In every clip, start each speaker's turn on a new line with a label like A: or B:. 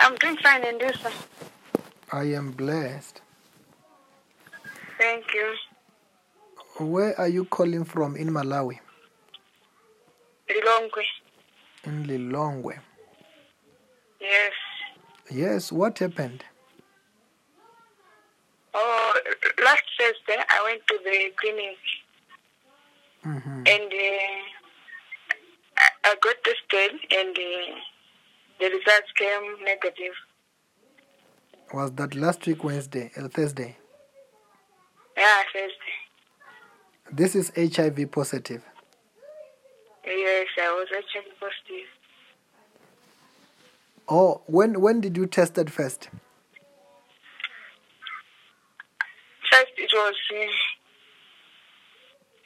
A: I'm doing fine and you, sir.
B: I am blessed.
A: Thank you.
B: Where are you calling from in Malawi?
A: Lilongwe.
B: In Lilongwe.
A: Yes.
B: Yes, what happened?
A: Oh, last Thursday I went to the clinic
B: hmm
A: and uh, I, I got tested and uh, the results came negative.
B: Was that last week, Wednesday, uh, Thursday?
A: Yeah, Thursday.
B: This is HIV positive.
A: Yes, I was actually positive.
B: Oh, when, when did you test that first?
A: First it was uh,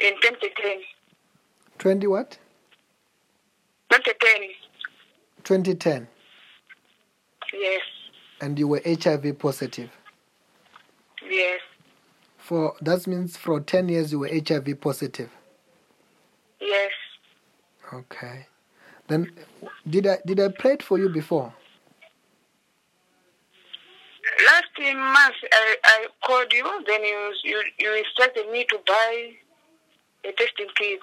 A: in 2010.
B: 20 what?
A: 2010,
B: 2010.
A: yes,
B: And you were HIV positive.
A: yes,
B: For That means for 10 years you were HIV positive.
A: yes.
B: Okay. Then did I did I pray it for you before?
A: Last month I, I called you, then you, you you instructed me to buy a testing kit,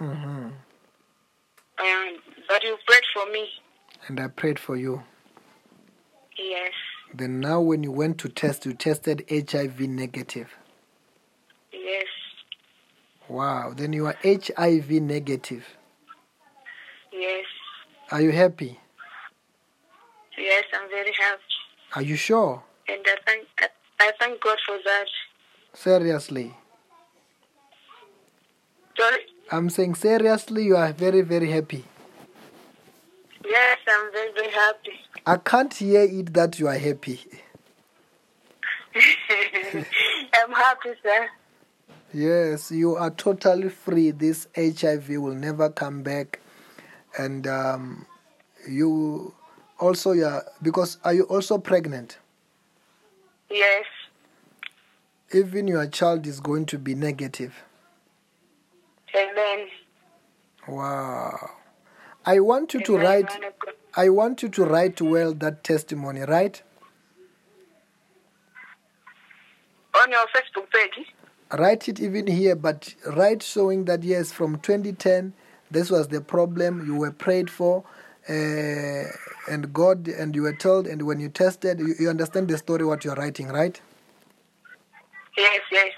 B: Mm-hmm.
A: um, but you prayed for me.
B: And I prayed for you.
A: Yes,
B: Then now when you went to test, you tested HIV negative.
A: yes,
B: Wow. Then you are HIV negative.
A: yes,
B: Are you happy?
A: yes. I'm very happy,
B: Are you sure?
A: and I thank I, I thank God for that.
B: Seriously.
A: Sorry.
B: I'm saying seriously you are very very happy.
A: Yes, I'm very very happy.
B: I can't hear it that you are happy.
A: I'm happy, sir.
B: Yes, you are totally free. This HIV will never come back, and um, you also yeah because are you also pregnant?
A: Yes,
B: Even your child is going to be negative.
A: amen.
B: Wow. I want you to
A: Amen,
B: write.
A: man of God.
B: I want you to write well that testimony. Right?
A: on your Facebook page.
B: Write it even here, but write showing that yes, from 2010, this was the problem you were prayed for, uh, and God, and you were told, and when you tested, you, you understand the story what you're writing, right?
A: Yes, yes,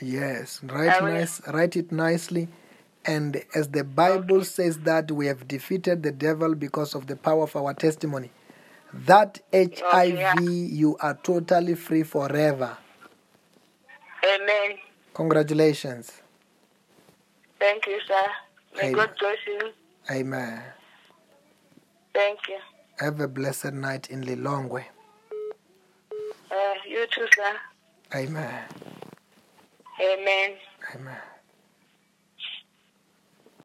B: Yes, write
A: I will.
B: nice, write it nicely, and as the Bible says that we have defeated the devil because of the power of our testimony. That HIV,
A: yeah.
B: you are totally free forever.
A: amen.
B: Congratulations.
A: Thank you, sir. May
B: Amen.
A: God bless you.
B: Amen.
A: Thank you.
B: Have a blessed night in Lilongwe.
A: Uh, you too, sir.
B: Amen.
A: Amen.
B: Amen.